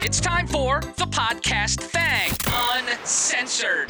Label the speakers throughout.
Speaker 1: It's time for the podcast thing, uncensored.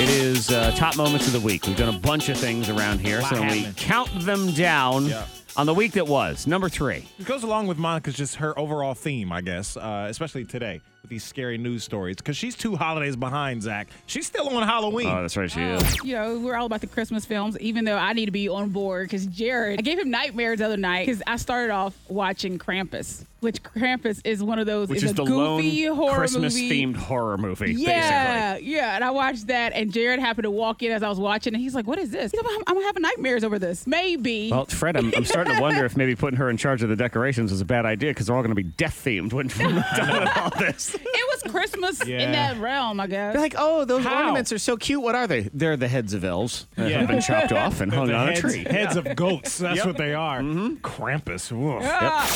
Speaker 2: It is uh, top moments of the week. We've done a bunch of things around here, so we
Speaker 3: happened.
Speaker 2: count them down
Speaker 3: Yeah.
Speaker 2: on the week that was. Number three.
Speaker 3: It goes along with Monica's just her overall theme, I guess, uh, especially today with these scary news stories. Because she's two holidays behind, Zach. She's still on Halloween.
Speaker 2: Oh, that's right, she is.
Speaker 4: You know, we're all about the Christmas films, even though I need to be on board because Jared, I gave him nightmares the other night because I started off watching Krampus, which Krampus is one of those,
Speaker 2: Which is
Speaker 4: it's a
Speaker 2: the
Speaker 4: goofy
Speaker 2: lone
Speaker 4: horror
Speaker 2: Christmas
Speaker 4: movie.
Speaker 2: themed horror movie,
Speaker 4: Yeah,
Speaker 2: basically.
Speaker 4: yeah. And I watched that, and Jared happened to walk in as I was watching, and he's like, What is this? He's like, I'm, I'm having nightmares over this. Maybe.
Speaker 2: Well, Fred, I'm, I'm starting to wonder if maybe putting her in charge of the decorations is a bad idea because they're all going to be death themed when we're done with all this.
Speaker 4: it was Christmas
Speaker 3: Yeah.
Speaker 4: in that realm, I guess.
Speaker 2: They're like, oh, those
Speaker 3: How?
Speaker 2: ornaments are so cute. What are they? They're the heads of elves that
Speaker 3: Yeah.
Speaker 2: have been chopped off and
Speaker 3: The
Speaker 2: hung on
Speaker 3: heads,
Speaker 2: a tree.
Speaker 3: heads of goats. That's
Speaker 2: Yep. Mm-hmm.
Speaker 3: what they are. Krampus. Woof.
Speaker 4: Ah.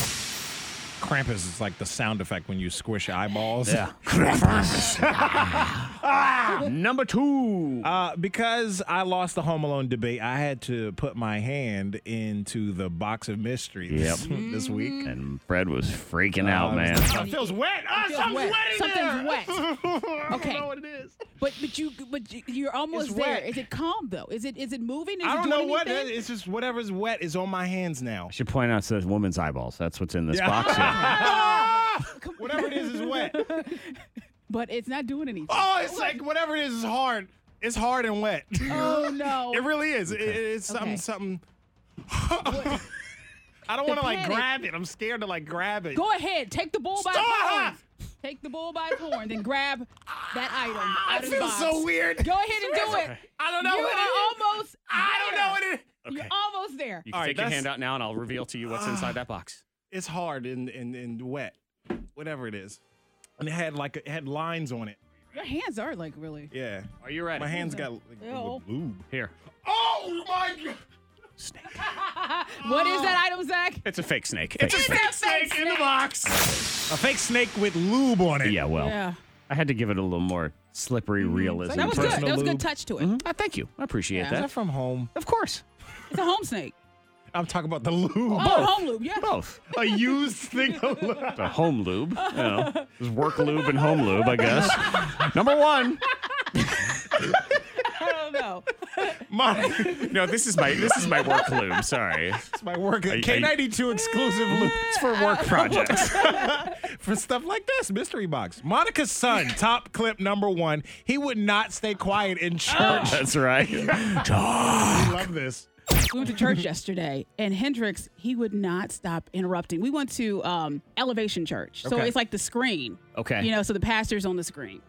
Speaker 3: Krampus is like the sound effect when you squish eyeballs.
Speaker 2: Ah! Number two.
Speaker 4: Ah.
Speaker 3: Uh, because I lost the Home Alone debate, I had to put my hand into the box of mystery this, this
Speaker 4: Mm-hmm.
Speaker 3: week.
Speaker 2: and Fred was freaking out, man.
Speaker 3: It feels wet. Ah,
Speaker 4: Feels
Speaker 3: something's
Speaker 4: wet.
Speaker 3: wet in there.
Speaker 4: Something's wet. Okay.
Speaker 3: I don't know what it is.
Speaker 4: But but you but you- you're almost
Speaker 3: It's
Speaker 4: there.
Speaker 3: wet.
Speaker 4: Is it calm though? Is it is it moving? Is
Speaker 3: I
Speaker 4: it
Speaker 3: don't know
Speaker 4: doing
Speaker 3: what.
Speaker 4: anything?
Speaker 3: It's just whatever's wet is on my hands now.
Speaker 2: should point out to the woman's eyeballs. That's what's in this
Speaker 3: Yeah.
Speaker 2: box here.
Speaker 4: Come-
Speaker 3: Whatever it is is wet.
Speaker 4: But it's not doing anything.
Speaker 3: Oh, it's like whatever it is is hard. It's hard and wet.
Speaker 4: Oh, no.
Speaker 3: It really is. It- it's something.
Speaker 4: Okay.
Speaker 3: Something. I don't want to like
Speaker 4: panic.
Speaker 3: grab it. I'm scared to like grab it.
Speaker 4: Go ahead, take the bull by its
Speaker 3: Stop!
Speaker 4: horns. Take the bull by its horns and grab that item.
Speaker 3: Ah, I
Speaker 4: out of the
Speaker 3: feel
Speaker 4: box.
Speaker 3: so weird.
Speaker 4: Go ahead and do it.
Speaker 3: I don't know
Speaker 4: You
Speaker 3: what it is.
Speaker 4: are almost.
Speaker 3: I don't know what
Speaker 4: there.
Speaker 3: it is.
Speaker 4: You're almost there.
Speaker 2: You
Speaker 3: can All right, take your that's- hand
Speaker 2: out now, and I'll reveal to you what's inside that box.
Speaker 3: It's hard and, and and wet. Whatever it is. And it had like it had lines on it.
Speaker 4: Your hands are like really.
Speaker 3: Yeah.
Speaker 2: Are you ready?
Speaker 3: My hands got like,
Speaker 4: Ew.
Speaker 3: lube.
Speaker 2: Here.
Speaker 3: Oh my god.
Speaker 4: What is that item, Zach?
Speaker 2: It's a fake snake.
Speaker 4: It's a fake snake.
Speaker 3: box. A fake snake with lube on it.
Speaker 2: Yeah, well,
Speaker 4: Yeah.
Speaker 2: I had to give it a little more slippery
Speaker 3: Mm-hmm.
Speaker 2: realism.
Speaker 4: That was good.
Speaker 2: Personal
Speaker 4: That was
Speaker 2: lube.
Speaker 4: good touch to it.
Speaker 2: Ah, thank you. I appreciate
Speaker 4: Yeah.
Speaker 3: Is
Speaker 2: that.
Speaker 3: that from home?
Speaker 2: Of course.
Speaker 4: It's a home snake.
Speaker 3: I'm talking about the lube.
Speaker 4: Oh, home loop. Yeah.
Speaker 2: Both.
Speaker 3: A used thing of lube.
Speaker 2: A home lube. You know, There's work lube and home lube, I guess. Number one.
Speaker 4: I don't know.
Speaker 3: My,
Speaker 2: No, this is my this is my work lube. Sorry.
Speaker 3: it's my work.
Speaker 2: you-
Speaker 3: K92 exclusive lube.
Speaker 2: It's for work
Speaker 4: Uh,
Speaker 2: projects.
Speaker 3: for stuff like this. Mystery box. Monica's son, top clip number one. He would not stay quiet
Speaker 4: Oh.
Speaker 3: in church.
Speaker 2: That's right.
Speaker 3: I love this.
Speaker 4: We went to church yesterday, and Hendrix he would not stop interrupting. We went to um, Elevation Church, so
Speaker 3: Okay.
Speaker 4: it's like the screen.
Speaker 2: Okay.
Speaker 4: you know, so the pastor's on the screen.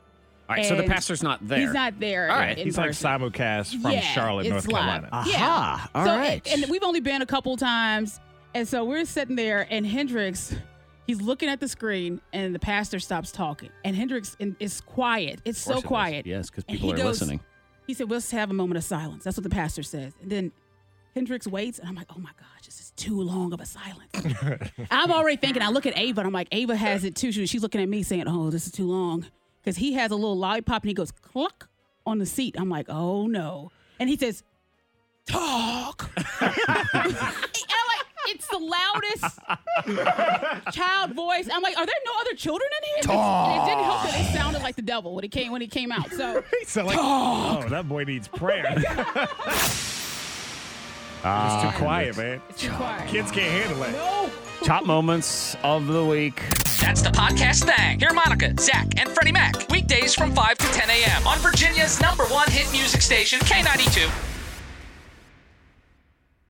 Speaker 2: All right, so the
Speaker 4: And
Speaker 2: pastor's not there.
Speaker 4: He's not there.
Speaker 2: All right,
Speaker 4: in
Speaker 3: He's like
Speaker 4: person.
Speaker 3: simulcast from
Speaker 4: Yeah,
Speaker 3: Charlotte,
Speaker 4: it's
Speaker 3: North
Speaker 4: live.
Speaker 3: Carolina.
Speaker 2: Aha,
Speaker 4: Yeah.
Speaker 2: all
Speaker 4: so,
Speaker 2: right.
Speaker 4: And, and we've only been a couple times, and so we're sitting there, and Hendrix. He's looking at the screen, and the pastor stops talking. And Hendrix in- is quiet. It's
Speaker 2: Of course
Speaker 4: so
Speaker 2: it is.
Speaker 4: quiet.
Speaker 2: Yes, because
Speaker 4: And
Speaker 2: people
Speaker 4: he
Speaker 2: are
Speaker 4: goes-
Speaker 2: listening.
Speaker 4: He said, "Let's have a moment of silence." That's what the pastor says. And then Hendrix waits, and I'm like, "Oh my gosh, this is too long of a silence." I'm already thinking. I look at Ava, and I'm like, "Ava has it too." She- She's looking at me, saying, "Oh, this is too long," because he has a little lollipop, and he goes cluck on the seat. I'm like, "Oh no!" And he says, "Talk." And I'm like, "It's the loudest child voice." I'm like, "Are there no other children in here?" And it didn't help that it sounded like the devil when it came when it came out. So.
Speaker 3: So like, oh, that boy needs prayer. it's too quiet, man.
Speaker 4: It's too quiet.
Speaker 3: Kids can't handle it.
Speaker 4: No.
Speaker 2: Top moments of the week.
Speaker 1: That's the podcast thing. Hear Monica, Zach, and Freddie Mac weekdays from 5 to 10 a.m. on Virginia's number one hit music station, K92.